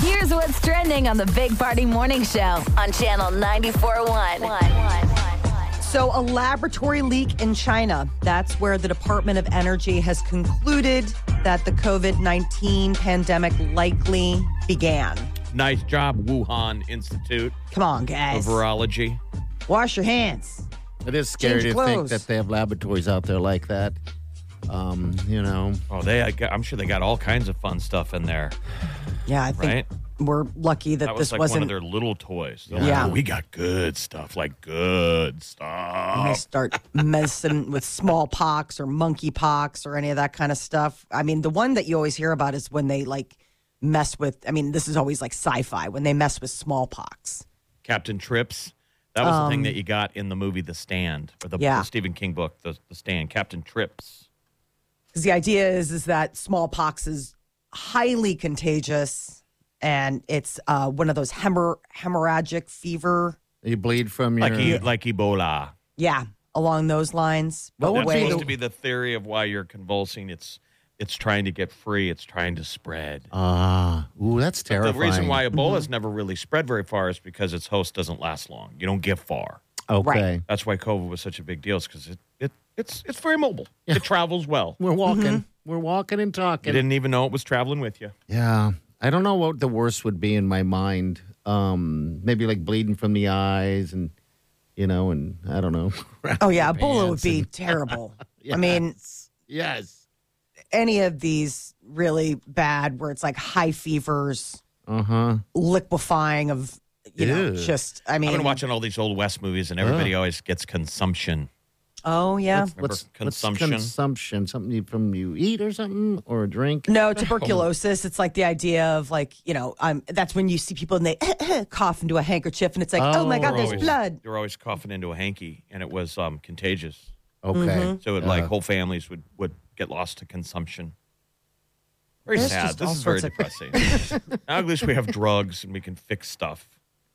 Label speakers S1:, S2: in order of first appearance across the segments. S1: Here's what's trending on the Big Party Morning Show on Channel 94.1.
S2: So, a laboratory leak in China. That's where the Department of Energy has concluded that the COVID 19 pandemic likely began.
S3: Nice job, Wuhan Institute
S2: Come on, guys.
S3: of Virology.
S2: Wash your hands.
S4: It is scary
S2: Change
S4: to
S2: clothes.
S4: think that they have laboratories out there like that. Um, you know,
S3: Oh, they! I got- I'm sure they got all kinds of fun stuff in there.
S2: Yeah, I think
S3: Right.
S2: we're lucky that,
S3: That was
S2: this
S3: like one
S2: wasn't.
S3: of their little toys. They're
S2: Yeah.
S3: Like, "Oh, we got good stuff, like good
S2: they
S3: stuff.
S2: start messing with smallpox or monkeypox or any of that kind of stuff. I mean, the one that you always hear about is when they like mess with, I mean, this is always like sci fi, when they mess with smallpox.
S3: Captain Trips. That was the thing that you got in the movie The Stand, or the,
S2: Um, Yeah.
S3: the Stephen King book, the, the Stand. Captain Trips.
S2: Because the idea is is that smallpox is highly contagious, and it's uh, one of those hemor- hemorrhagic fever.
S4: you bleed from your.
S3: Like e- like Ebola.
S2: Yeah, along those lines. But
S3: That's
S2: wait,
S3: supposed to be the theory of why you're convulsing. It's it's trying to get free. It's trying to spread.
S4: Ah, ooh, that's terrifying.
S3: The reason why Ebola's
S2: Mm-hmm.
S3: never really spread very far is because its host doesn't last long. You don't get far.
S4: Okay.
S2: Right.
S3: That's why COVID was such a big deal. Is because it, it it's it's very mobile. It travels well.
S2: Mm-hmm.
S4: We're walking. We're walking and
S3: You
S4: talking.
S3: didn't even know it was traveling with you.
S4: Yeah. I don't know what the worst would be in my mind. Um, maybe like bleeding from the eyes and you know, and I don't know.
S2: oh yeah, Ebola would be terrible. I mean,
S4: yes.
S2: any of these really bad, where it's like high fevers,
S4: Uh-huh.
S2: liquefying of, you know,
S4: Ew.
S2: just. I mean,
S3: I've been watching all these old West movies, and everybody always gets consumption.
S2: Oh yeah.
S3: Remember consumption?
S4: consumption? Something you, from you eat or something or a drink?
S2: No, tuberculosis. It's like the idea of like you know, um, that's when you see people and they cough into a handkerchief, and it's like, oh, my
S4: Oh.
S2: god, there's
S3: always-
S2: blood.
S3: They were always coughing into a hanky, and it was um, contagious.
S4: Okay.
S2: Mm-hmm.
S3: So it, like whole families would would get lost to consumption. Very
S2: There's
S3: sad.
S2: just all
S3: This is very
S2: sorts
S3: depressing. now at least we have drugs and we can fix stuff.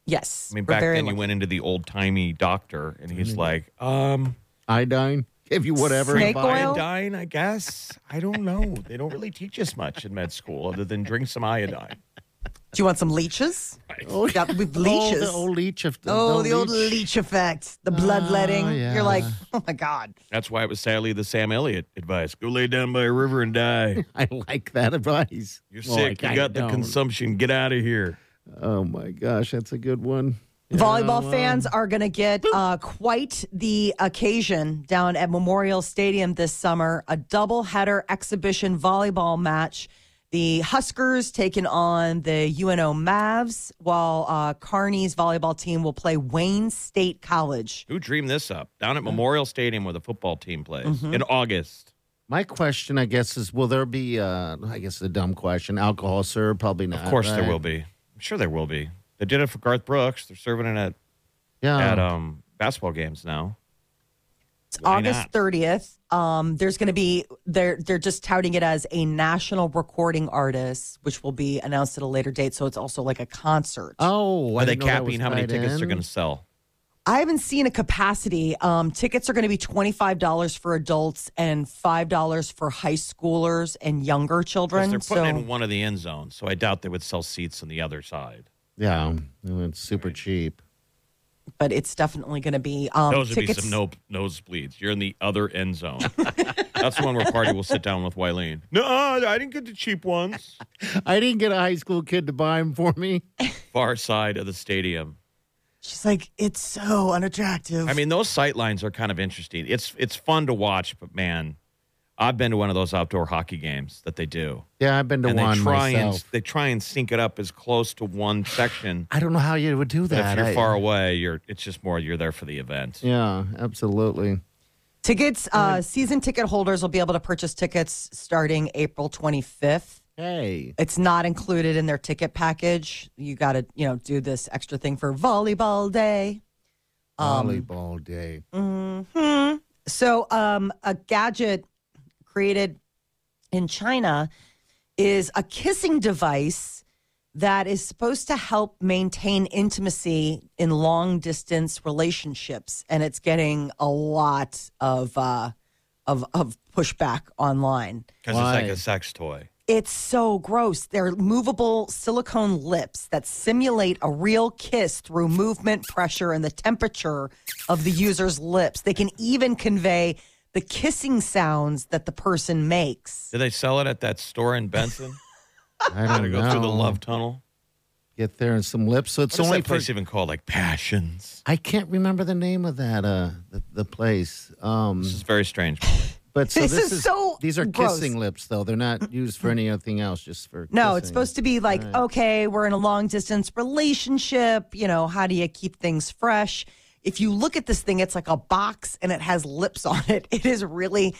S2: Yes,
S3: I mean,
S2: we're
S3: back
S2: very
S3: then you
S2: lucky.
S3: went into the old timey doctor, and he's
S4: Mm-hmm.
S3: like, um,
S4: Iodine? Give you whatever.
S2: Snake oil?
S3: iodine, I guess. I don't know. They don't really teach us much in med school other than drink some iodine.
S2: Do you want some leeches?
S4: Oh,
S2: Yeah, with
S4: Oh,
S2: leeches.
S4: the old leech of the,
S2: Oh, the old leech effect, the bloodletting.
S4: yeah.
S2: You're like, oh my God.
S3: That's why it was sadly the Sam Elliott advice: go lay down by a river and die.
S4: I like that advice.
S3: You're
S4: Well,
S3: sick.
S4: Oh, I
S3: you got the
S4: don't.
S3: consumption. Get out of here.
S4: Oh my gosh, that's a good one.
S2: Volleyball fans are going to get uh, quite the occasion down at Memorial Stadium this summer a doubleheader exhibition volleyball match. The Huskers taking on the UNO Mavs, while uh, Carney's volleyball team will play Wayne State College.
S3: Who dreamed this up? Down at Memorial Stadium where the football team plays
S4: Mm-hmm.
S3: in August.
S4: My question, I guess, is will there be? Uh, I guess a dumb question. Alcohol served? Probably not.
S3: Of course, there
S4: right?
S3: will be. I'm sure there will be. They did it for Garth Brooks. They're serving it at,
S4: Yeah.
S3: at um, basketball games now.
S2: It's
S3: Why
S2: August
S3: not?
S2: 30th. Um, there's going to be they're they're just touting it as a national recording artist, which will be announced at a later date. So it's also like a concert.
S4: oh, I
S3: Are they
S4: didn't know that was
S3: capping how many
S4: tied
S3: tickets they're
S4: in.
S3: going to sell?
S2: I haven't seen a capacity. Um, tickets are going to be twenty five dollars for adults and five dollars for high schoolers and younger
S3: 'Cause
S2: children.
S3: They're
S2: so
S3: putting in one of the end zones, so I doubt they would sell seats on the other side.
S4: Yeah, well, it's super cheap.
S2: but it's definitely going to be um,
S3: Those would be
S2: tickets.
S3: some no, nosebleeds. You're in the other end zone. That's the one where Party will sit down with Wileen. No, I didn't get the cheap ones.
S4: I didn't get a high school kid to buy them for me.
S3: Far side of the stadium.
S2: She's like, it's so unattractive.
S3: I mean, those sight lines are kind of interesting. It's it's fun to watch, but man, I've been to one of those outdoor hockey games that they do,
S4: Yeah, I've been to
S3: and
S4: one
S3: they try
S4: myself.
S3: and they try and sync it up as close to one section.
S4: I don't know how you would do
S3: But
S4: that.
S3: if you're
S4: I-
S3: far away, you're it's just more you're there for the event.
S4: Yeah, absolutely.
S2: Tickets, uh, season ticket holders will be able to purchase tickets starting April 25th.
S4: Hey.
S2: It's not included in their ticket package. You got to, you know, do this extra thing for volleyball day. Um,
S4: Volleyball day.
S2: So, um, a gadget created in China is a kissing device that is supposed to help maintain intimacy in long distance relationships, and it's getting a lot of uh, of, of pushback online.
S3: Because it's like
S4: Why?
S3: a sex toy.
S2: It's so gross. They're movable silicone lips that simulate a real kiss through movement, pressure, and the temperature of the user's lips. They can even convey the kissing sounds that the person makes.
S3: Did they sell it at that store in Benson?
S4: I
S3: Gotta
S4: don't
S3: go
S4: know.
S3: through the love tunnel.
S4: Get there and some lips. So it's
S3: What's
S4: only
S3: that place
S4: for,
S3: even called? Like Passions.
S4: I can't remember the name of that. Uh, the, the place. Um,
S3: This is very strange.
S4: but so
S2: This
S4: this,
S2: is so
S4: These are
S2: gross.
S4: kissing lips, though. They're not used for anything else. Just for
S2: No, it's supposed to be like, okay, we're in a long distance relationship. You know, how do you keep things fresh? If you look at this thing, it's like a box and it has lips on it. It is really,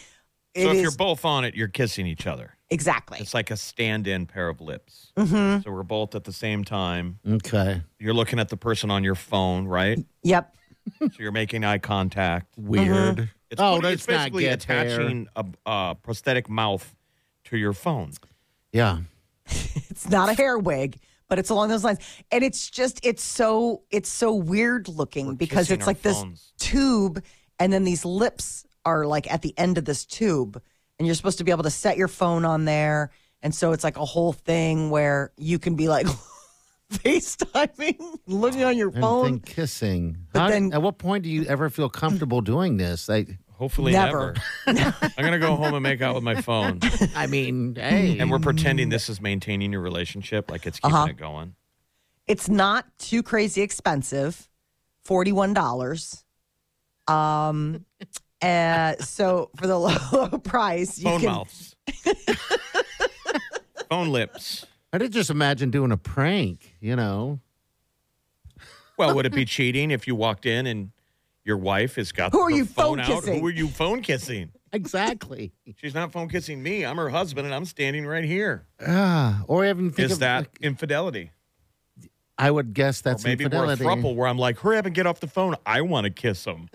S2: it
S3: so if
S2: is-
S3: you're both on it, you're kissing each other.
S2: exactly.
S3: It's like a stand-in pair of lips.
S2: Mm-hmm.
S3: So we're both at the same time.
S4: to. Okay.
S3: You're looking at the person on your phone, right?
S2: Yep.
S3: so you're making eye contact. Mm-hmm.
S4: Weird.
S3: It's
S4: Oh,
S3: putting-
S4: let's
S3: it's basically
S4: not get there.
S3: attaching a, a prosthetic mouth to your phone.
S4: Yeah.
S2: It's not a hair wig, but it's along those lines. And it's just it's so it's so weird looking because
S3: kissing
S2: it's
S3: our
S2: like this
S3: phones.
S2: tube and then these lips are like at the end of this tube and you're supposed to be able to set your phone on there and so it's like a whole thing where you can be like FaceTiming, looking on your
S4: And
S2: phone.
S4: then kissing.
S2: But
S4: How-
S2: then-
S4: at what point do you ever feel comfortable doing this? Like,
S3: Hopefully never.
S2: Never.
S3: I'm gonna go home and make out with my phone.
S4: I mean, hey.
S3: And we're pretending this is maintaining your relationship, like it's keeping
S2: Mm. Uh-huh.
S3: it going.
S2: It's not too crazy expensive, forty one dollars. Um, uh, so for the low, low price, you
S3: Phone
S2: can
S3: mouths. phone lips.
S4: I did just imagine doing a prank, you know.
S3: Well, would it be cheating if you walked in and your wife has got
S2: Who are
S3: her
S2: you
S3: phone,
S2: phone
S3: out?
S2: kissing?
S3: Who are you phone kissing?
S4: Exactly.
S3: She's not phone kissing me. I'm her husband, and I'm standing right here.
S4: Ah, or even think
S3: Is
S4: of
S3: that
S4: like,
S3: infidelity?
S4: I would guess
S3: Or
S4: that's
S3: maybe
S4: infidelity.
S3: we're a throuple where I'm like, hurry up and get off the phone. I want to kiss him.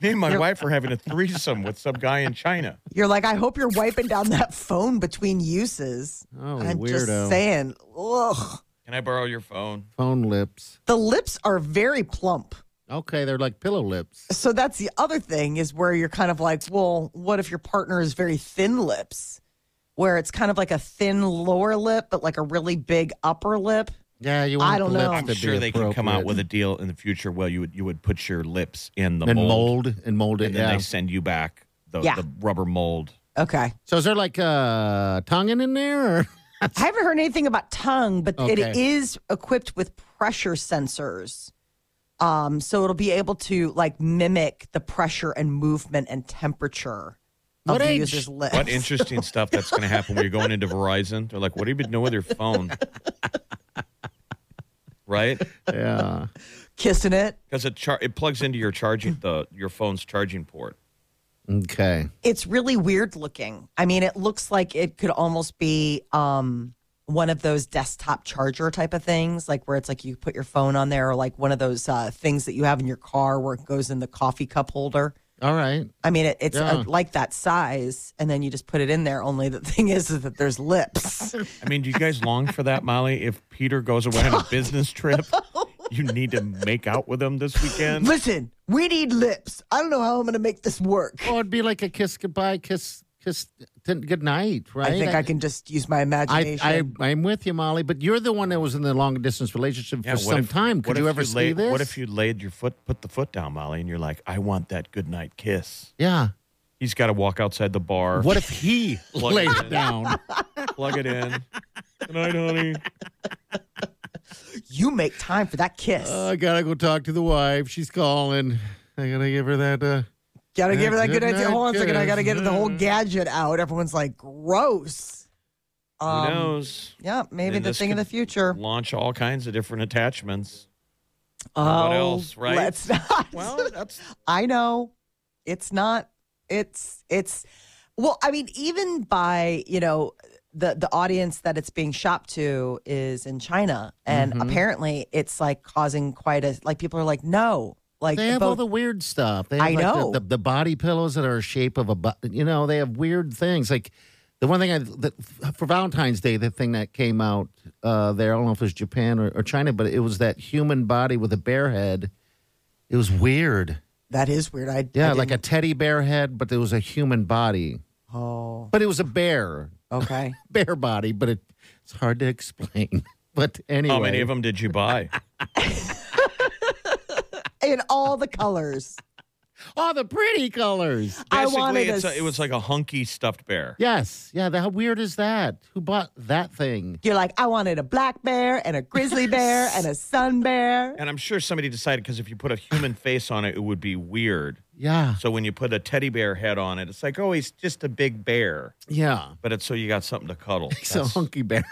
S3: me and my wife are having a threesome with some guy in China.
S2: You're like, I hope you're wiping down that phone between uses.
S4: Oh,
S2: I'm
S4: weirdo.
S2: just saying. Ugh.
S3: Can I borrow your phone?
S4: Phone lips.
S2: The lips are very plump.
S4: Okay, they're like pillow lips.
S2: So that's the other thing is where you're kind of like, well, what if your partner is very thin lips? Where it's kind of like a thin lower lip, but like a really big upper lip.
S4: Yeah, you want
S2: I don't
S4: the
S2: know.
S4: lips
S3: I'm
S4: to be
S3: sure they can come out
S4: appropriate.
S3: with a deal in the future where you would you would put your lips in the
S4: and
S3: mold,
S4: mold, and mold it.
S3: and then
S4: Yeah.
S3: they send you back the,
S2: Yeah.
S3: the rubber mold.
S2: Okay.
S4: So is there like uh tonguing in there? Or?
S2: I haven't heard anything about tongue, but it
S4: Okay.
S2: is equipped with pressure sensors. Um, so it'll be able to like mimic the pressure and movement and temperature of
S4: What
S2: the
S4: age?
S2: user's lips.
S3: What interesting stuff that's going to happen when you're going into Verizon. They're like, what do you been doing with your phone? right?
S4: yeah.
S2: Kissing it.
S3: Because it char- it plugs into your charging the your phone's charging port.
S4: Okay.
S2: it's really weird looking. I mean, it looks like it could almost be um, one of those desktop charger type of things, like where it's like you put your phone on there, or like one of those uh, things that you have in your car where it goes in the coffee cup holder.
S4: All right.
S2: I mean, it, it's uh
S4: Yeah.
S2: like that size, and then you just put it in there. Only the thing is, is that there's lips.
S3: I mean, do you guys long for that, Molly? If Peter goes away on a business trip, you need to make out with him this weekend.
S2: Listen, we need lips. I don't know how I'm going to make this work.
S4: Well, it'd be like a kiss goodbye, kiss kiss t- good night, right?
S2: I think I can just use my
S4: I,
S2: imagination.
S4: I I'm with you, Molly, but you're the one that was in the long distance relationship
S3: Yeah,
S4: for
S3: what
S4: some
S3: if-
S4: time.
S3: what
S4: Could you
S3: if
S4: ever see
S3: laid,
S4: this?
S3: What if you laid your foot, put the foot down, Molly, and you're like, I want that goodnight kiss.
S4: Yeah.
S3: He's got to walk outside the bar.
S4: What if he
S3: Plug
S4: laid
S3: it in.
S4: down?
S3: Plug it in. Good night, honey.
S2: you make time for that kiss.
S4: Uh, I gotta go talk to the wife. She's calling. I gotta give her that. Uh,
S2: Gotta give her that
S4: Good
S2: good idea.
S4: night,
S2: Hold on a second. I gotta
S4: kids.
S2: get the whole gadget out. Everyone's like, gross.
S3: Who
S2: Um,
S3: knows?
S2: Yeah, maybe
S3: Then
S2: the
S3: this
S2: thing of the
S3: could-
S2: future.
S3: Launch all kinds of different attachments.
S2: Oh,
S3: else, right?
S2: Let's not.
S3: Well, that's
S2: I know. It's not. It's it's well, I mean, even by, you know, the the audience that it's being shopped to is in China, and
S4: Mm-hmm.
S2: apparently it's like causing quite a like people are like no like
S4: They have
S2: both-
S4: all the weird stuff. They have
S2: I
S4: like,
S2: know.
S4: the, the, the body pillows that are shape of a, bu- you know, they have weird things. Like the one thing I the, for Valentine's Day, the thing that came out uh, there, I don't know if it was Japan or, or China, but it was that human body with a bear head. It was weird.
S2: that is weird. I
S4: Yeah,
S2: I
S4: like a teddy bear head, but there was a human body.
S2: didn't- oh
S4: But it was a bear,
S2: okay.
S4: bear body. But it, it's hard to explain. But anyway,
S3: How many of them did you buy?
S2: in all the colors.
S4: all the pretty colors.
S2: I wanted
S3: it's
S2: a
S3: a- it was like a hunky stuffed bear.
S4: Yes. Yeah. The, how weird is that? Who bought that thing?
S2: You're like, I wanted a black bear and a grizzly bear and a sun bear.
S3: And I'm sure somebody decided because if you put a human face on it, it would be weird.
S4: Yeah.
S3: So when you put a teddy bear head on it, it's like, oh, he's just a big bear.
S4: Yeah.
S3: But it's so you got something to cuddle.
S4: He's a
S3: That's-
S4: hunky bear,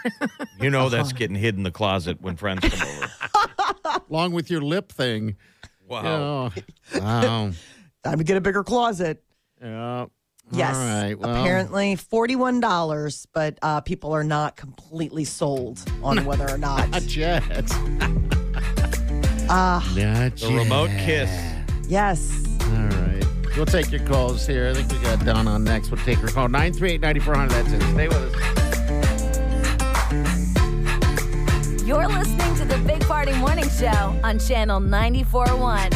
S3: you know
S4: Oh.
S3: that's getting hid in the closet when friends come over.
S4: along with your lip thing.
S3: Wow.
S4: Yeah. Wow.
S2: Time to get a bigger closet.
S4: yeah.
S2: Yes.
S4: All right. Well,
S2: Apparently $41, but uh, people are not completely sold on whether or not.
S4: Not yet.
S2: Ah.
S4: Not
S3: The remote kiss.
S2: yes.
S4: All right. We'll take your calls here. I think we got Don on next. We'll take her call. 938 9400. That's it. Stay with us.
S1: You're listening to the Big Party Morning Show on Channel 94.1.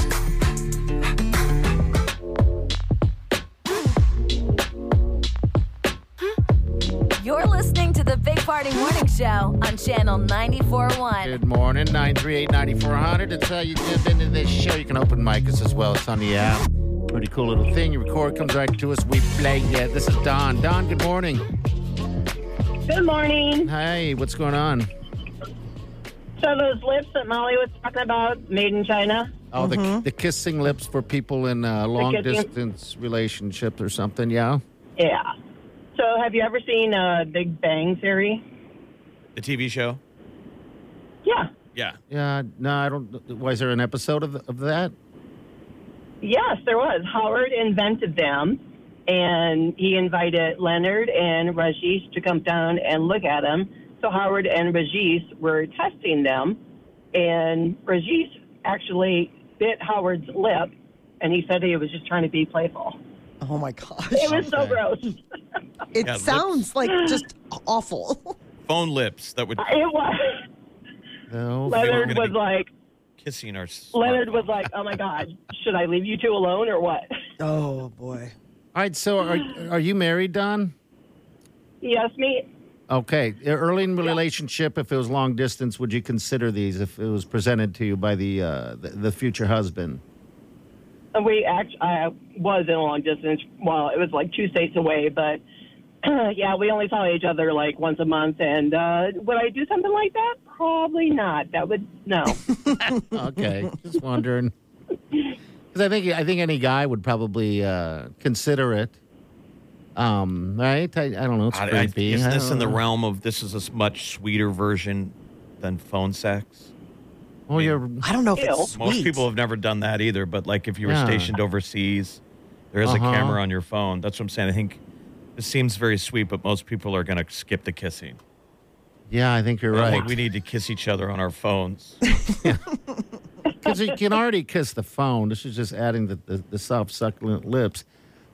S1: You're listening to the Big Party Morning Show on Channel 94.1.
S4: Good morning, 938 9400. It's how you tip into this show. You can open mic us as well. It's on the app. Pretty cool little thing. You record, comes right to us. We play it. This is Don. Don, good morning.
S5: Good morning.
S4: Hey, what's going on?
S5: So those lips that Molly was talking about, made in China.
S4: Oh, the, the kissing lips for people in uh, long
S5: kissing-
S4: distance relationships or something, yeah?
S5: Yeah. So have you ever seen uh, Big Bang Theory?
S3: The TV show?
S5: Yeah.
S3: Yeah.
S4: Yeah, no, I don't. Was there an episode of, of that?
S5: Yes, there was. Howard invented them, and he invited Leonard and Rajesh to come down and look at them. So Howard and Rajesh were testing them, and Rajesh actually bit Howard's lip, and he said he was just trying to be playful.
S2: Oh my gosh.
S5: It was so
S4: Okay.
S5: gross.
S2: It
S3: Yeah, it
S2: sounds like just awful.
S3: Phone lips that would
S5: It was.
S3: gonna
S4: No.
S5: Leonard was
S3: be-
S5: like,
S3: kissing our
S5: Leonard
S3: smartphone.
S5: was like, "Oh my God, should I leave you two alone or what?"
S2: oh boy.
S4: All right, so are, are you married, Don?
S5: Yes, me.
S4: Okay. e, Early in the relationship, if it was long distance, would you consider these if it was presented to you by the uh, the, the future husband?
S5: And We actually, I was in a long distance. Well, it was like two states away, but yeah, we only saw each other like once a month. And uh, would I do something like that? Probably not. That would no.
S4: Okay, just wondering. Because I think I think any guy would probably uh, consider it. Um, right? I, I don't know. It's
S3: I- I-
S4: creepy.
S3: is
S4: I
S3: this
S4: don't
S3: in the
S4: know.
S3: realm of this is a s- much sweeter version than phone sex?
S4: Well, you're
S2: I don't know if
S5: Ew.
S2: it's sweet.
S3: Most people have never done that either, but like if you were
S4: Yeah.
S3: stationed overseas, there is
S4: Uh-huh.
S3: a camera on your phone. That's what I'm saying. I think it seems very sweet, but most people are going to skip the kissing.
S4: yeah. I think you're
S3: I
S4: right.
S3: think we need to kiss each other on our phones.
S4: Because you can already kiss the phone. This is just adding the, the, the soft, succulent lips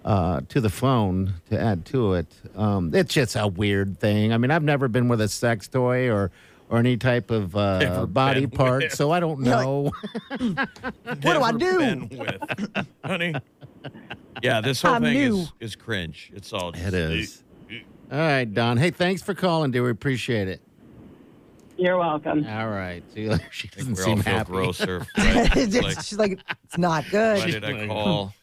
S4: uh, to the phone to add to it. Um, it's just a weird thing. I mean, I've never been with a sex toy or, or any type of uh,
S3: Never
S4: body
S3: been
S4: part,
S3: with.
S4: so I don't know.
S3: what
S2: do I do?
S3: with. Honey. Yeah, this whole
S2: I'm
S3: thing
S2: new.
S3: is, is cringe. It's all
S4: it is. All right, Don. Hey, thanks for calling, dear. We appreciate it.
S5: You're welcome.
S4: All right. See you later. She
S3: I think
S4: doesn't
S3: we all
S4: seem
S3: feel
S4: happy.
S3: grosser. Right? It's like,
S2: She's like, it's not good.
S3: why did I
S4: Like- hmm.
S3: call?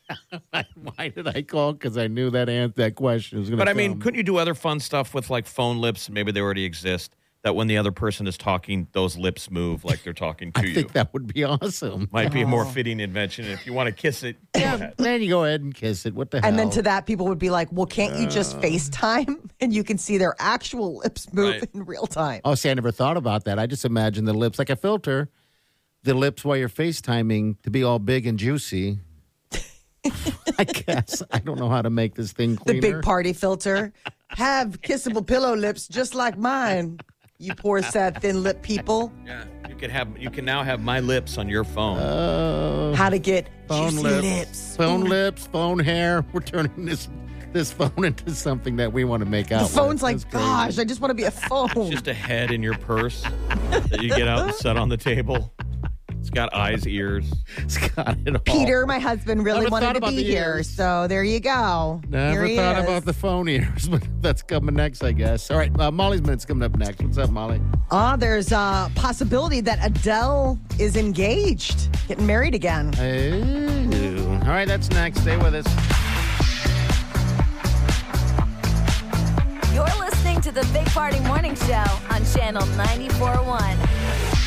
S4: Why did I call? Because I knew that answer, that question was going to
S3: But I mean, couldn't you do other fun stuff with like phone lips? Maybe they already exist. That when the other person is talking, those lips move like they're talking to
S4: I
S3: you.
S4: think that Oh. would be awesome.
S3: Might be a more fitting invention. If you want to kiss it, yeah.
S4: Then you go ahead and kiss it. What the hell?
S2: And then to that, people would be like, well, can't you just
S3: Uh.
S2: FaceTime and you can see their actual lips move
S3: Right.
S2: in real time?
S4: Oh, see, I never thought about that. I just imagine the lips like a filter, the lips while you're FaceTiming to be all big and juicy. I guess I don't know how to make this thing
S2: the
S4: cleaner.
S2: big party filter. have kissable pillow lips just like mine. You poor, sad, thin lip people.
S3: Yeah, you could have. You can now have my lips on your phone.
S4: Oh.
S2: How to get
S4: phone
S2: juicy
S4: lips.
S2: lips.
S4: phone lips, phone hair. We're turning this this phone into something that we want to make out.
S2: The
S4: with.
S2: phone's
S4: That's
S2: like,
S4: crazy.
S2: gosh, I just want to be a phone.
S3: Just a head in your purse that you get out and set on the table. It's got eyes, ears.
S4: it's got it all.
S2: Peter, my husband, really
S4: Never thought
S2: wanted to
S4: about
S2: be
S4: the
S2: here.
S4: ears.
S2: So there you go.
S4: Never
S2: Here he
S4: thought
S2: is.
S4: about the phone ears, but that's coming next, I guess. All right, uh, Molly's minute's coming up next. What's up, Molly?
S2: Ah, there's a possibility that Adele is engaged, getting married again.
S4: Ooh. All right, that's next. Stay with us.
S1: You're listening to the Big Party Morning Show on Channel 941.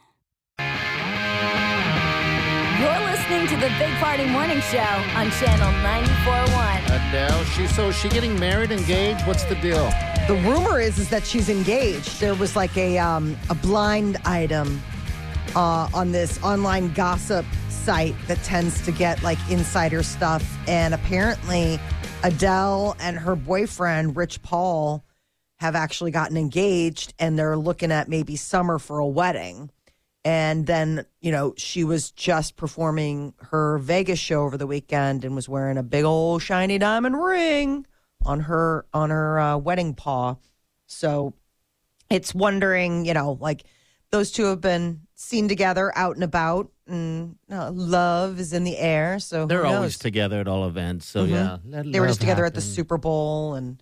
S1: You're listening to the Big Party Morning Show on Channel 941.
S4: Adele, she so is she getting married, engaged? What's the deal?
S2: The rumor is is that she's engaged. There was like a um, a blind item uh, on this online gossip site that tends to get like insider stuff, and apparently Adele and her boyfriend Rich Paul have actually gotten engaged, and they're looking at maybe summer for a wedding. And then you know she was just performing her Vegas show over the weekend and was wearing a big old shiny diamond ring on her on her uh, wedding paw. So it's wondering, you know, like those two have been seen together out and about, and uh, love is in the air. So who
S4: They're always
S2: knows?
S4: together at all events. So
S3: Mm-hmm.
S4: yeah, Let
S2: They were
S4: love
S2: just together at the
S4: happen.
S2: Super Bowl and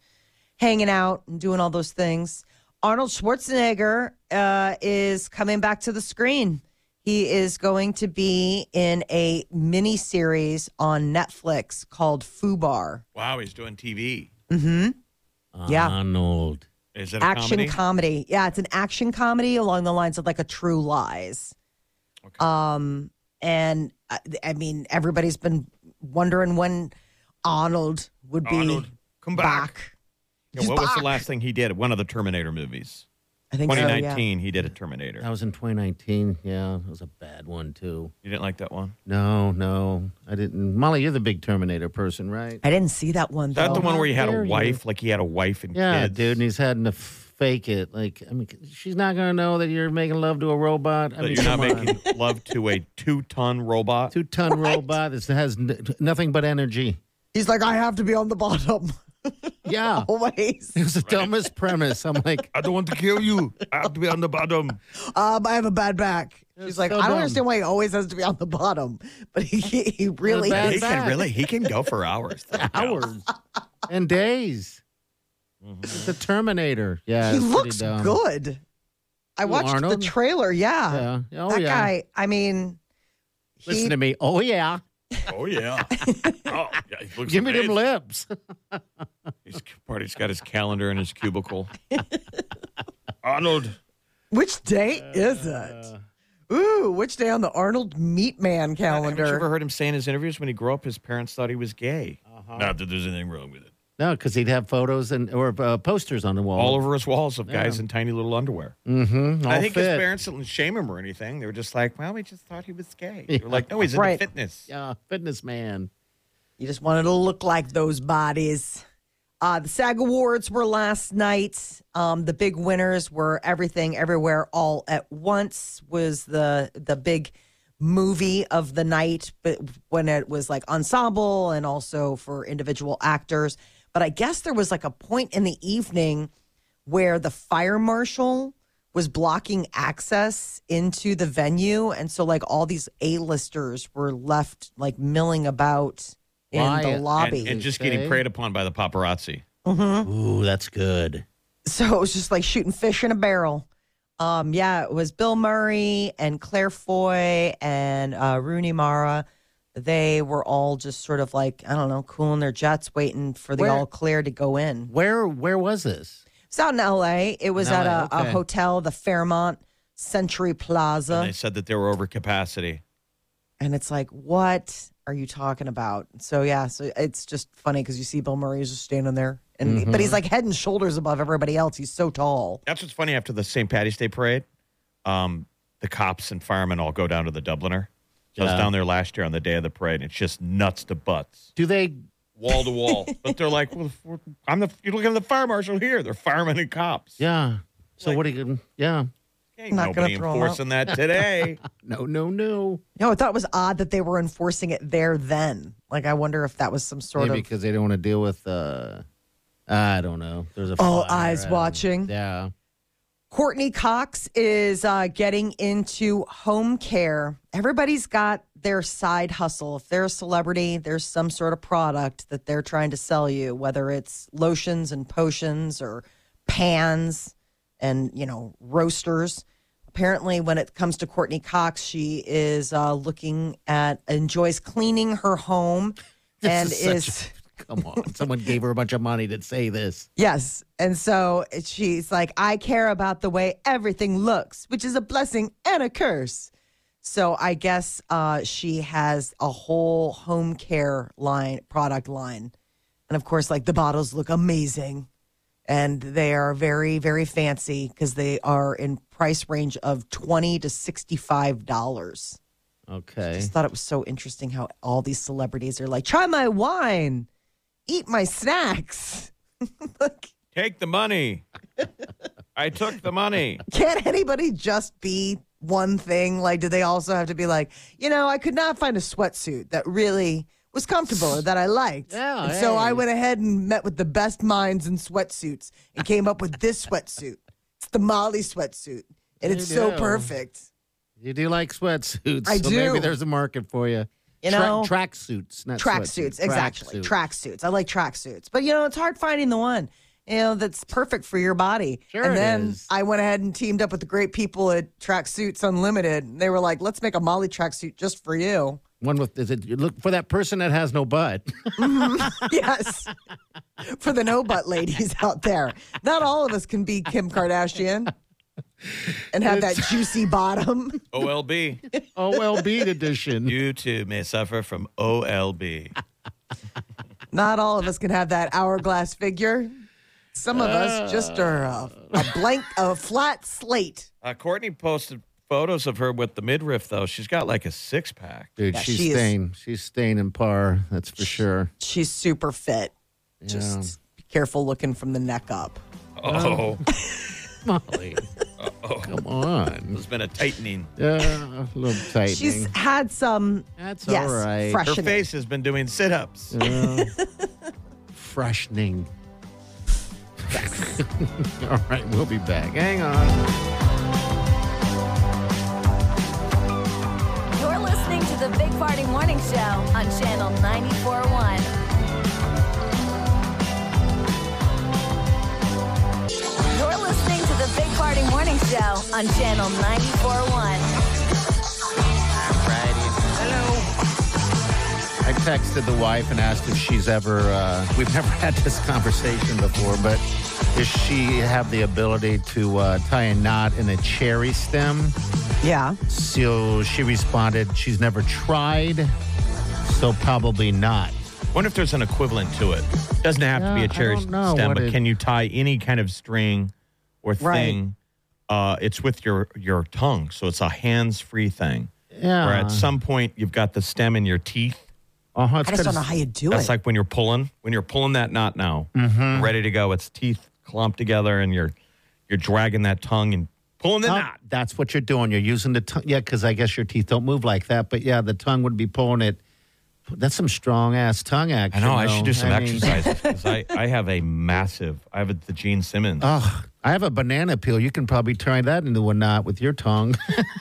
S2: hanging out and doing all those things. Arnold Schwarzenegger uh, is coming back to the screen. He is going to be in a mini series on Netflix called Fubar.
S3: Wow, he's doing TV.
S2: Yeah.
S4: Arnold.
S3: Is it a
S2: action
S3: comedy?
S2: comedy? Yeah, it's an action comedy along the lines of like a True Lies. Um, and I, I mean, everybody's been wondering when Arnold would be
S3: Arnold, come back.
S2: back.
S3: Yeah,
S2: He's
S3: what was
S2: back.
S3: the last thing he did? One of the Terminator movies.
S2: I think so. Yeah.
S3: 2019, he did a Terminator.
S4: That was in 2019. Yeah, it was a bad one too.
S3: You didn't like that one?
S4: No, no, I didn't. Molly, you're the big Terminator person, right?
S2: I didn't see that one
S3: Is that
S2: though.
S3: the one where he had
S4: dare
S3: a
S4: you.
S3: wife? Like he had a wife and
S4: Yeah,
S3: kids?
S4: dude, and he's having to fake it. Like, I mean, she's not gonna know that you're making love to a robot. I
S3: That
S4: mean,
S3: you're not
S4: come on.
S3: making love to a two-ton robot.
S4: two ton robot that has n- nothing but energy.
S2: He's like, I have to be on the bottom
S4: Yeah,
S2: always.
S4: it was the dumbest premise. I'm like,
S3: I don't want to kill you. I have to be on the bottom.
S2: Um, I have a bad back. She's
S4: It's
S2: like,
S4: so
S2: I don't
S4: dumb.
S2: understand why he always has to be on the bottom, but he he really
S4: bad
S3: He
S2: is.
S3: can
S4: back.
S3: really. He can go for hours.
S4: hours and days.
S3: Mm-hmm.
S4: It's the Terminator. Yeah,
S2: He
S4: it's pretty
S2: looks
S4: dumb.
S2: good. I
S4: Who,
S2: watched
S4: Arnold?
S2: the trailer. Yeah,
S4: Yeah. Oh
S2: that
S4: yeah.
S2: guy. I mean, he-
S4: Listen to me. Oh yeah.
S3: Oh yeah. Oh yeah. He looks
S4: Give me them
S3: amazing.
S4: lips.
S3: He's party's got his calendar in his cubicle. Arnold.
S2: which day is it?
S4: Uh.
S2: Ooh, which day on the Arnold Meat Man
S3: Haven't you ever
S2: calendar?
S3: heard him say in his interviews when he grew up, his parents thought he was gay. Not that there's anything wrong with it.
S4: No, because he'd have photos and or uh, posters on the wall.
S3: All over his walls of guys in tiny little underwear.
S4: Mm-hmm. All
S3: Mm. I think his
S4: fit.
S3: parents didn't shame him or anything. They were just like, well, we just thought he was gay. They were like, no, he's into
S2: Right.
S3: fitness.
S4: Yeah, fitness man.
S2: You just wanted to look like those bodies. Uh, the SAG Awards were last night. Um, the big winners were Everything Everywhere All at Once was the the big movie of the night, but when it was like ensemble and also for individual actors. But I guess there was like a point in the evening where the fire marshal was blocking access into the venue. And so, like, all these A-listers were left like milling about in
S4: Why?
S2: the
S4: And-
S2: lobby.
S3: and, and just
S4: say.
S3: getting preyed upon by the paparazzi.
S4: Ooh, that's good.
S2: so it was just like shooting fish in a barrel. Um, yeah, it was Bill Murray and Claire Foy and uh, Rooney Mara. They were all just sort of like I don't know, cooling their jets, waiting for the
S4: Where-
S2: all clear to go in.
S4: Where where was this?
S2: It's out in L.A. It was
S4: In
S2: at
S4: LA,
S2: a, a
S4: okay.
S2: hotel, the Fairmont Century Plaza,
S3: And they said that they were over capacity.
S2: and it's like, what are you talking about? So yeah, so it's just funny because you see Bill Murray is just standing there, and but
S4: Mm-hmm.
S2: he's like head and shoulders above everybody else. He's so tall.
S3: That's what's funny. After the St. Patty's Day parade, um, the cops and firemen all go down to the Dubliner. So I
S4: Yeah.
S3: was down there last year on the day of the parade, and it's just nuts to butts,
S4: Do they
S3: wall to wall. But they're like, well, we're- "I'm the you look at the fire marshal here. They're firemen and cops.
S4: Yeah. So
S3: Like-
S4: what do you yeah.
S3: Ain't
S2: Not gonna
S3: nobody
S2: throw 'em
S3: enforcing that today."
S4: No, no, no.
S2: No, I thought it was odd that they were enforcing it there then. Like, I wonder if that was some sort
S4: Maybe
S2: of.
S4: because they don't want to deal with uh I don't know. There's a
S2: All
S4: fire
S2: eyes
S4: and-
S2: watching.
S4: Yeah.
S2: Courtney Cox is uh, getting into home care. Everybody's got their side hustle. If they're a celebrity, there's some sort of product that they're trying to sell you, whether it's lotions and potions or pans and, you know, roasters. Apparently, when it comes to Courtney Cox, she is uh, looking at, enjoys cleaning her home
S4: This
S2: and
S4: such
S2: is.
S4: a- come on. Someone gave her a bunch of money to say this.
S2: Yes. And so she's like, I care about the way everything looks, which is a blessing and a curse. So I guess uh, she has a whole home care line, product line. And of course, like the bottles look amazing and they are very, very fancy because they are in price range of 20 to $65.
S4: Okay.
S2: Just thought it was so interesting how all these celebrities are like, try my wine, eat my snacks. like,
S3: Take the money. I took the money.
S2: can't anybody just be one thing? Like, do they also have to be like, you know, I could not find a sweatsuit that really was comfortable or that I liked.
S4: Yeah,
S2: and so I
S4: hey.
S2: went ahead and met with the best minds in sweatsuits and came up with this sweatsuit. It's the Molly sweatsuit. And it's
S4: You
S2: so
S4: do.
S2: perfect.
S4: You do like sweatsuits.
S2: I
S4: so Maybe
S2: do.
S4: there's a market for you.
S2: You
S4: Tra-
S2: know-
S4: track suits, not
S2: Track
S4: sweatsuits.
S2: suits,
S4: Track
S2: exactly.
S4: suits.
S2: Track suits. I like track suits. But you know, it's hard finding the one, you know, that's perfect for your body.
S4: Sure
S2: and
S4: it
S2: then
S4: is.
S2: I went ahead and teamed up with the great people at Track Suits Unlimited. And they were like, let's make a Molly track suit just for you.
S4: One with is it you look for that person that has no butt.
S2: yes. For the no butt ladies out there. Not all of us can be Kim Kardashian and have that juicy bottom.
S3: OLB.
S4: OLB edition.
S3: You too may suffer from OLB.
S2: Not all of us can have that hourglass figure. Some of us just are a,
S4: Uh.
S2: a blank, a flat slate.
S3: Uh, Courtney posted photos of her with the midriff, though. She's got like a six pack.
S4: Dude,
S2: Yeah,
S4: she's
S2: she is-
S4: staying. She's staying in par. That's for sure.
S2: She's super fit. Just be careful looking from the neck up.
S3: Oh,
S4: Molly. Come on.
S3: it's been a tightening.
S4: Yeah, a little tightening.
S2: She's had some
S4: That's
S2: yes,
S4: all right.
S3: Her
S2: freshening.
S3: face has been doing sit ups.
S4: Yeah. Freshening. all right, we'll be back. Hang on.
S1: You're listening to the Big Party Morning Show on Channel 941. You're listening to the Big Party Morning Show on Channel 941.
S4: I texted the wife and asked if she's ever. Uh, we've never had this conversation before, but does she have the ability to uh, tie a knot in a cherry stem?
S2: Yeah.
S4: So she responded, she's never tried, so probably not.
S3: Wonder if there's an equivalent to it. Doesn't have to be
S4: Yeah,
S3: a cherry
S4: I don't know
S3: stem,
S4: what
S3: but
S4: it-
S3: can you tie any kind of string or
S2: Right.
S3: thing? Uh, it's with your your tongue, so it's a hands free thing.
S4: Yeah.
S3: Where at some point you've got the stem in your teeth.
S4: uh-huh, it's
S2: I just
S4: kinda
S2: don't know how you do
S3: That's
S2: it.
S3: like when you're pulling when you're pulling that knot
S4: Mm-hmm.
S3: now, ready to go. It's teeth clumped together, and you're you're dragging that tongue and Pulling the
S4: Oh,
S3: knot.
S4: That's what you're doing. You're using the tongue. Yeah, because I guess your teeth don't move like that. But yeah, the tongue would be pulling it. That's some strong ass tongue
S3: I
S4: action.
S3: know. I should
S4: though.
S3: do some
S4: I mean,
S3: exercises because I, I have a massive. I have a, the Gene Simmons.
S4: oh, I have a banana peel. You can probably turn that into a knot with your tongue.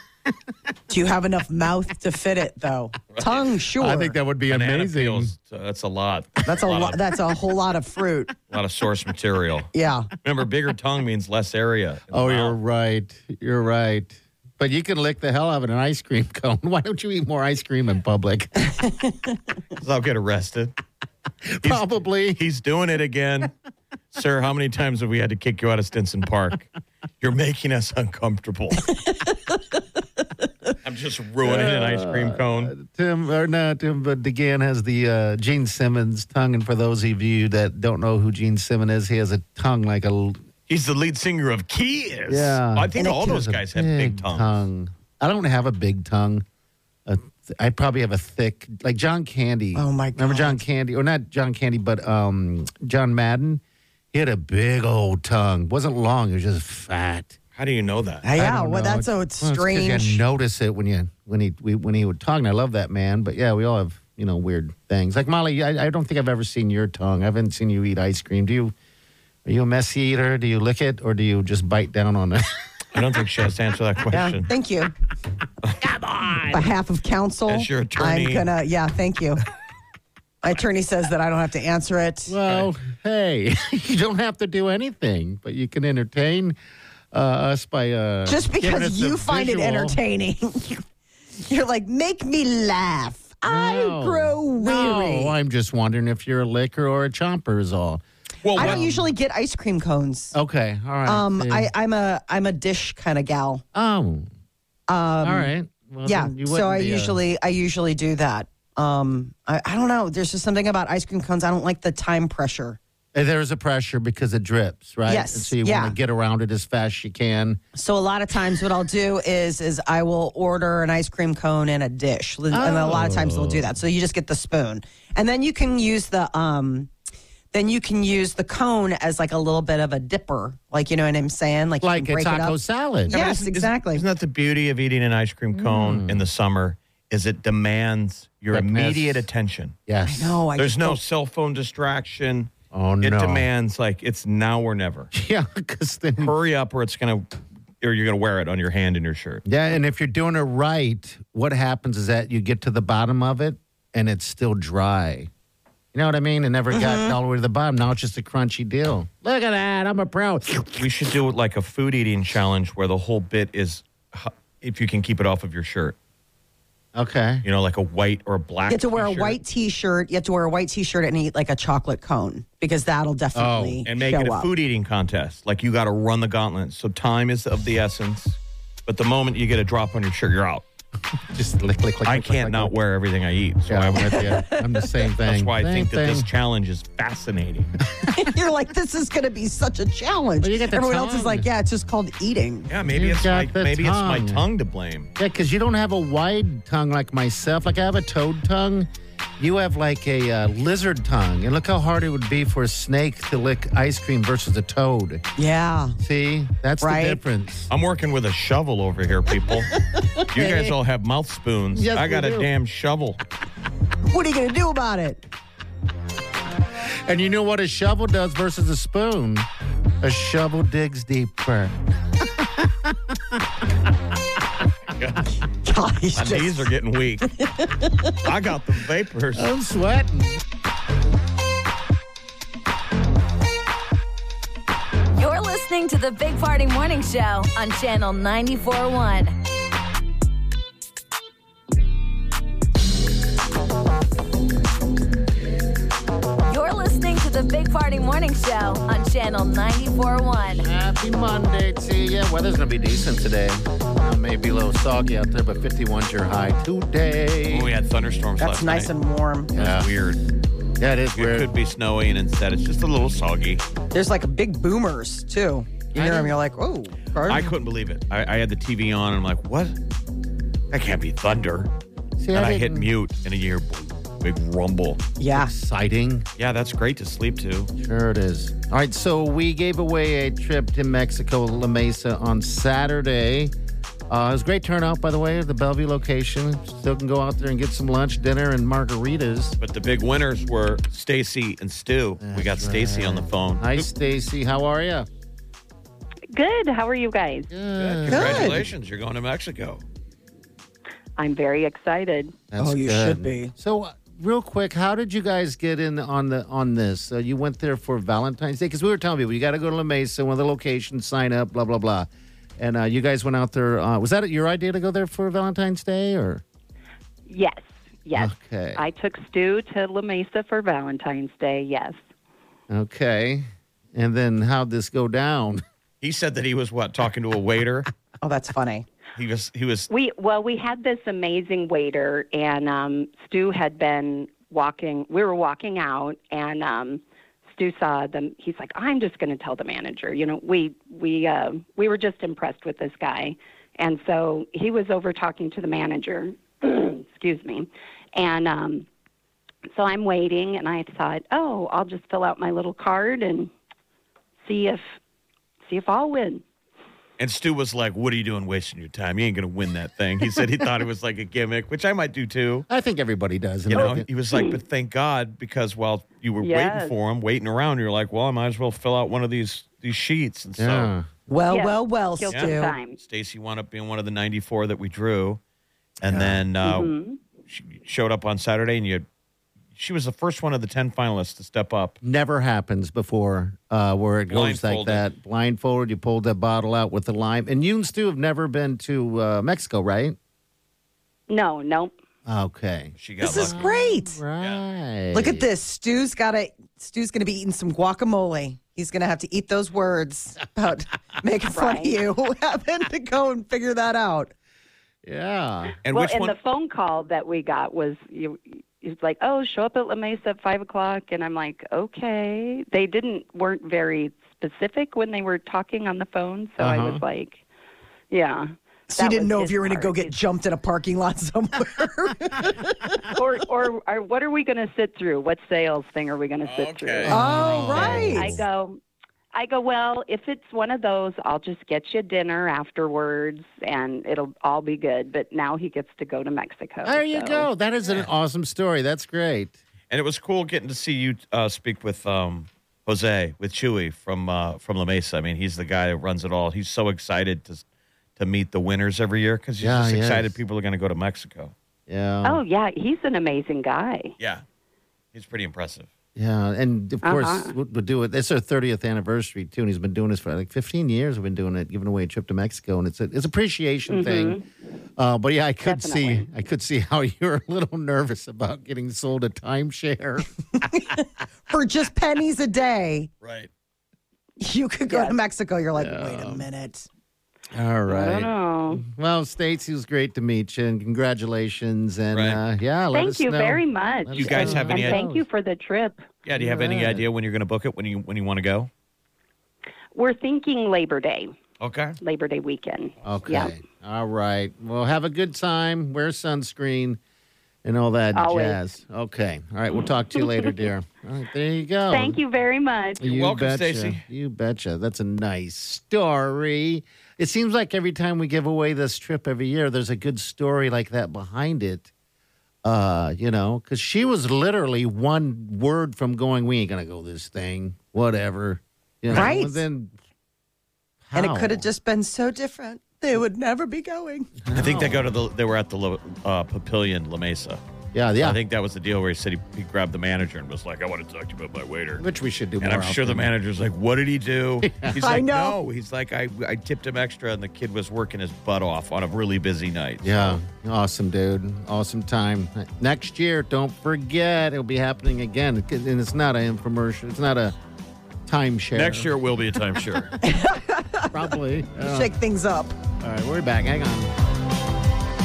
S2: Do you have enough mouth to fit it though? Tongue, sure.
S4: I think that would be
S3: Banana
S4: amazing.
S3: peels, uh, that's a lot.
S2: that's a
S3: Of,
S2: lot. That's a whole lot of fruit.
S3: a lot of source material.
S2: Yeah.
S3: Remember, bigger tongue means less area. in the
S4: Oh,
S3: mouth.
S4: you're right. You're right. But you can lick the hell out of an ice cream cone. Why don't you eat more ice cream in public?
S3: 'Cause I'll get arrested.
S4: Probably.
S3: He's doing it again. Sir, how many times have we had to kick you out of Stinson Park? You're making us uncomfortable. I'm just ruining an ice cream cone.
S4: Tim or no, Tim but DeGan has the uh, Gene Simmons tongue, and for those of you that don't know who Gene Simmons is, he has a tongue like a l-
S3: He's the lead singer of Kiss.
S4: yeah.
S3: I think all those
S4: He
S3: guys
S4: has a
S3: have big tongues.
S4: tongue. I don't have a big tongue. A th- I probably have a thick, like John Candy.
S2: Oh, my
S4: Remember
S2: God.
S4: John Candy, or not John Candy, but um, John Madden. He had a big old tongue. wasn't long. It was just fat.
S3: How do you know that?
S2: Yeah.
S4: I don't
S2: well,
S4: know.
S2: that's so it's
S4: Well, 'cause
S2: strange.
S4: You notice it when you when he we, when he would talk, and I love that man. But yeah, we all have you know weird things. Like Molly, I, I don't think I've ever seen your tongue. I haven't seen you eat ice cream. Do you? Are you a messy eater? Do you lick it, or do you just bite down on it?
S3: I don't think she has to answer that
S2: Yeah,
S3: question.
S2: thank you. Come on. Behalf of counsel,
S3: As your attorney.
S2: I'm gonna. Yeah, thank you. My attorney says that I don't have to answer it.
S4: Well, hey, you don't have to do anything, but you can entertain uh, us by uh,
S2: Just
S4: giving us
S2: because
S4: a
S2: you find it
S4: visual.
S2: entertaining, you're like, make me laugh. I
S4: No.
S2: grow weary.
S4: No, I'm just wondering if you're a licker or a chomper is all.
S3: Well,
S2: I
S3: what-
S2: don't usually get ice cream cones.
S4: Okay, all right.
S2: Um,
S4: Oh, see.
S2: I, I'm a I'm a dish kind of gal.
S4: oh, um, all right. Well,
S2: yeah,
S4: then you
S2: so
S4: wouldn't
S2: I
S4: be a-
S2: usually I usually do that. Um, I, I don't know. There's just something about ice cream cones. I don't like the time pressure.
S4: Uh, There's a pressure because it drips, right?
S2: Yes,
S4: And so you
S2: yeah.
S4: want to get around it as fast as you can.
S2: So a lot of times, what I'll do is is I will order an ice cream cone and a dish, and a lot of times they'll do that. So you just get the spoon, and then you can use the um, then you can use the cone as like a little bit of a dipper, like you know what I'm saying, like you
S4: Like
S2: can
S4: a
S2: break it
S4: taco
S2: up.
S4: salad.
S3: Yeah, but
S2: Yes,
S3: isn't- isn't-
S2: exactly.
S3: Isn't that the beauty of eating an ice cream cone
S4: Mm.
S3: in the summer? Is it demands your
S4: Quickness.
S3: immediate attention.
S4: Yes.
S2: no, Oh, I
S3: There's
S2: just
S3: no
S2: don't-
S3: cell phone distraction.
S4: Oh,
S3: It
S4: no.
S3: demands like it's now or never.
S4: Yeah, because then.
S3: Hurry up, or it's gonna, or you're gonna wear it on your hand and your shirt.
S4: Yeah, and if you're doing it right, what happens is that you get to the bottom of it and it's still dry. You know what I mean? It never got all the way to the bottom. Now it's just a crunchy deal. Look at that. I'm a pro.
S3: We should do it like a food eating challenge where the whole bit is, h- if you can keep it off of your shirt.
S4: Okay.
S3: You know, like a white or a black.
S2: You have to wear a
S3: t-shirt.
S2: white T-shirt. You have to wear a white T-shirt and eat like a chocolate cone because that'll definitely
S3: Oh, and make
S2: show
S3: it a
S2: up.
S3: food eating contest. Like you got to run the gauntlet. So time is of the essence. But the moment you get a drop on your shirt, you're out.
S4: Just lick, lick, lick.
S3: I
S4: lick,
S3: can't
S4: lick,
S3: not
S4: lick.
S3: wear everything I eat. So
S4: Yeah,
S3: I
S4: I'm
S3: would,
S4: with you. I'm the same thing.
S3: that's why I
S4: Same
S3: think that this
S4: thing.
S3: challenge is fascinating.
S2: You're like, this is going to be such a challenge.
S4: Well, you get the
S2: Everyone else is
S4: tongue.
S2: like, yeah, it's just called eating.
S3: Yeah, maybe
S4: You've
S3: it's
S4: got
S3: my
S4: the
S3: maybe it's my
S4: tongue.
S3: tongue to blame.
S4: Yeah, because you don't have a wide tongue like myself. Like I have a toad tongue. You have like a uh, lizard tongue. And look how hard it would be for a snake to lick ice cream versus a toad.
S2: Yeah.
S4: See, that's
S2: Right.
S4: the difference.
S3: I'm working with a shovel over here, people. you guys all have mouth spoons.
S4: Yes,
S3: I
S4: we
S3: got a
S4: do.
S3: damn shovel.
S2: What are you going to do about it?
S4: And you know what a shovel does versus a spoon? A shovel digs deeper.
S2: Guys,
S3: My
S2: just-
S3: knees are getting weak. I got the vapors.
S4: I'm sweating.
S1: You're listening to the Big Party Morning Show on Channel 941. You're listening to the Big Party Morning Show on Channel 941.
S4: Happy Monday to you. Weather's going to be decent today. Uh, maybe a little soggy out there, but 51's your high today.
S3: Oh, we had thunderstorms
S2: That's
S3: last
S2: nice
S3: night.
S2: and warm.
S4: Yeah.
S3: Weird.
S4: Yeah, it is
S3: It
S4: weird.
S3: could be snowy, and instead it's just a little soggy.
S2: There's like big boomers, too. You hear them, you're like, oh, pardon?
S3: I couldn't believe it. I, I had the TV on, and I'm like, what? That can't be thunder.
S4: See,
S3: and I hit
S4: didn't-
S3: mute, and a year. boom. Big rumble.
S2: Yeah.
S4: Exciting.
S3: Yeah, that's great to sleep to.
S4: Sure it is. All right, so we gave away a trip to Mexico, La Mesa, on Saturday. Uh, it was a great turnout, by the way, at the Bellevue location. Still can go out there and get some lunch, dinner, and margaritas.
S3: But the big winners were Stacy and Stu. we got Stacy on the phone.
S4: Hi, Stacy. How are you?
S6: Good. How are you guys?
S4: Good.
S3: Congratulations, you're going to Mexico.
S6: I'm very excited.
S4: That's
S2: Oh, you
S4: good.
S2: should be.
S4: So, uh, real quick, how did you guys get in on the on this? So you went there for Valentine's Day because we were telling people you got to go to La Mesa, one of the locations, sign up, blah blah blah. And uh, you guys went out there. Uh, was that your idea to go there for Valentine's Day, or
S6: Yes. Yes.
S4: Okay.
S6: I took Stu to La Mesa for Valentine's Day. Yes.
S4: okay? And then how'd this go down?
S3: He said that he was what talking to a waiter.
S2: Oh, that's funny.
S3: He was he was
S6: We well, we had this amazing waiter, and um, Stu had been walking. We were walking out, and um, Stu saw them. He's like, "I'm just going to tell the manager." You know, we we uh, we were just impressed with this guy, and so he was over talking to the manager. excuse me, and um, so I'm waiting, and I thought, "Oh, I'll just fill out my little card and see if see if I'll win."
S3: and Stu was like, "What are you doing, wasting your time? You ain't gonna win that thing." He said he thought it was like a gimmick, which I might do too.
S4: I think everybody does. in
S3: You know,
S4: America.
S3: he was like, "But thank God, because while you were waiting
S6: Yes.
S3: for him, waiting around, you're like, well, I might as well fill out one of these these sheets." And so
S4: yeah.
S2: Well,
S6: Yes.
S2: well, well,
S6: Guilty
S2: Stu.
S6: time.
S3: Stacy wound up being one of the 94 that we drew, and then uh,
S4: Mm-hmm.
S3: she showed up on Saturday, and you. She was the first one of the 10 finalists to step up.
S4: never happens before uh, where it goes like
S3: Blindfolded.
S4: that. Blindfolded, you pulled that bottle out with the lime. And you and Stu have never been to uh, Mexico, right?
S6: No, nope.
S4: Okay.
S3: She got
S2: This is
S3: lucky.
S2: great.
S4: Right.
S2: Look at this. Stu's got to Stu's going to be eating some guacamole. He's going to have to eat those words about making fun of
S6: Right.
S2: you. Having to go and figure that out.
S4: Yeah.
S3: And
S6: well,
S3: which
S6: and
S3: one?
S6: the phone call that we got was you. It's like, oh, show up at La Mesa at five o'clock, and I'm like, okay. They didn't weren't very specific when they were talking on the phone, so I
S3: Uh-huh.
S6: was like, yeah.
S2: So you
S6: That
S2: didn't
S6: was
S2: know if
S6: his
S2: you were going to go
S6: part.
S2: get jumped in a parking lot somewhere.
S6: or, or or what are we going to sit through? What sales thing are we going to sit through?
S3: Okay.
S2: oh,
S6: I
S2: right.
S6: go, I go. Well, if it's one of those, I'll just get you dinner afterwards, and it'll all be good. But now he gets to go to Mexico.
S4: There you
S6: so-
S4: go. That is an awesome story. That's great.
S3: And it was cool getting to see you uh, speak with um, Jose, with Chewy from uh, from La Mesa. I mean, he's the guy that runs it all. He's so excited to to meet the winners every year because he's
S4: Yeah,
S3: just
S4: he
S3: excited
S4: is.
S3: people are going to go to Mexico.
S4: Yeah.
S6: Oh yeah, he's an amazing guy.
S3: Yeah, he's pretty impressive.
S4: Yeah. And
S6: Uh-huh.
S4: of course, we we'll do it. It's our 30th anniversary, too. And he's been doing this for like 15 years. We've been doing it, giving away a trip to Mexico. And it's a, it's
S6: Mm-hmm.
S4: appreciation thing. Uh, but yeah, I could see I could see how you're a little nervous about getting sold a timeshare.
S2: For just pennies a day,
S3: Right.
S2: you could go to Mexico. You're like, wait a minute.
S4: All
S6: I don't
S4: right.
S6: know.
S4: Well, Stacy, it was great to meet you, and congratulations. And
S3: Right.
S4: uh, yeah, let us
S6: Thank you
S4: know.
S6: very much.
S4: Let
S3: You
S4: us
S3: guys
S4: know.
S3: have
S6: and
S3: any idea?
S6: thank you for the trip.
S3: Yeah. Do you have any
S4: Right.
S3: idea when you're going to book it? When you when you want to go?
S6: We're thinking Labor Day,
S3: Okay.
S6: Labor Day weekend.
S4: Okay.
S6: Yeah.
S4: All right. Well, have a good time. Wear sunscreen and all that
S6: Always.
S4: jazz. Okay. All right. We'll talk to you later, dear. All right. There you go.
S6: Thank you very much.
S4: You
S3: welcome,
S4: betcha.
S3: Stacy.
S4: You betcha. That's a nice story. It seems like every time we give away this trip every year, there's a good story like that behind it. Uh, you know, because she was literally one word from going, "We ain't gonna go this thing, whatever." You know,
S2: Right.
S4: And then,
S2: And
S4: how?
S2: it could have just been so different. They would never be going.
S3: I think they go to the. They were at the Lo- uh, Papillion La Mesa.
S4: yeah, yeah.
S3: I think that was the deal where he said he, he grabbed the manager and was like, "I want to talk to you about my waiter."
S4: which we should do.
S3: And
S4: more
S3: I'm sure the
S4: often.
S3: manager's like, "What did he do?" He's
S2: I
S3: like,
S2: know.
S3: "No." He's like, "I I tipped him extra, and the kid was working his butt off on a really busy night."
S4: Yeah, awesome, dude. Awesome time. Next year, don't forget, it'll be happening again. And it's not an infomercial. It's not a timeshare.
S3: Next year will be a timeshare.
S4: probably. Yeah.
S2: Shake things up.
S4: All right, we're back. Hang on.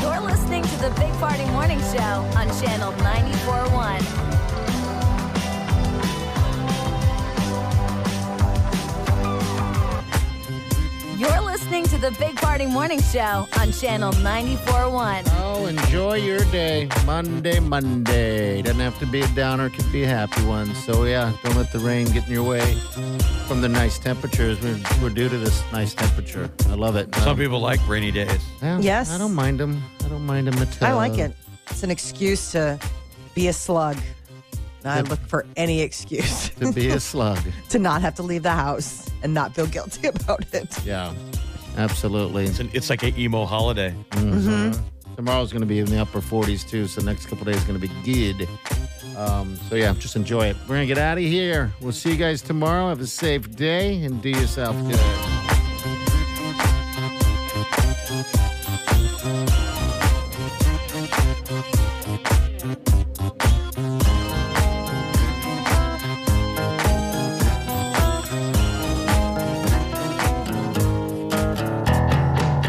S1: You're listening to the Big Party Morning Show on Channel 94.1. You're listening to the Big Party
S7: Party Morning Show on Channel 94.1.
S4: Oh, enjoy your day. Monday, Monday. Doesn't have to be a downer, could be a happy one. So, yeah, don't let the rain get in your way from the nice temperatures. We're, we're due to this nice temperature. I love it.
S8: Some
S4: Um,
S8: people like rainy days.
S4: well,
S2: Yes.
S4: I don't mind them. I don't mind them at all.
S2: I like it. It's an excuse to be a slug. I
S4: Yep.
S2: look for any excuse
S4: To be a slug.
S2: to not have to leave the house and not feel guilty about it.
S4: Yeah, absolutely.
S8: It's, an, it's like an emo holiday.
S4: Tomorrow's going to be in the upper 40s too, so the next couple days is going to be good. Um, so yeah, just enjoy it. We're going to get out of here. We'll see you guys tomorrow. Have a safe day and do yourself good.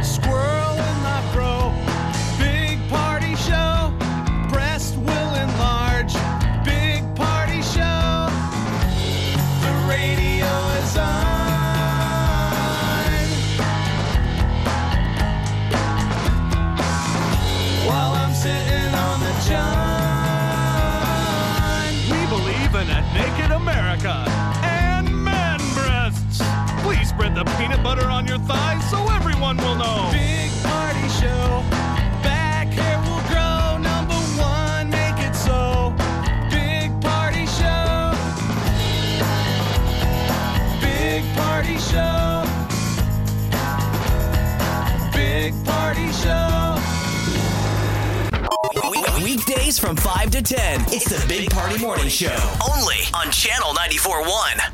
S3: Squirrel in my bro. Big party show. Breast will enlarge. Big party show. The radio is on. While I'm sitting on the john. We believe in a naked America and man breasts. Please spread the peanut butter on your thighs so everyone will know. Big party show. Back hair will grow. Number one, make it so. Big party show. Big party show. Big party show.
S9: Weekdays from 5 to 10. It's the Big Party Morning Show. Only on Channel 94.1.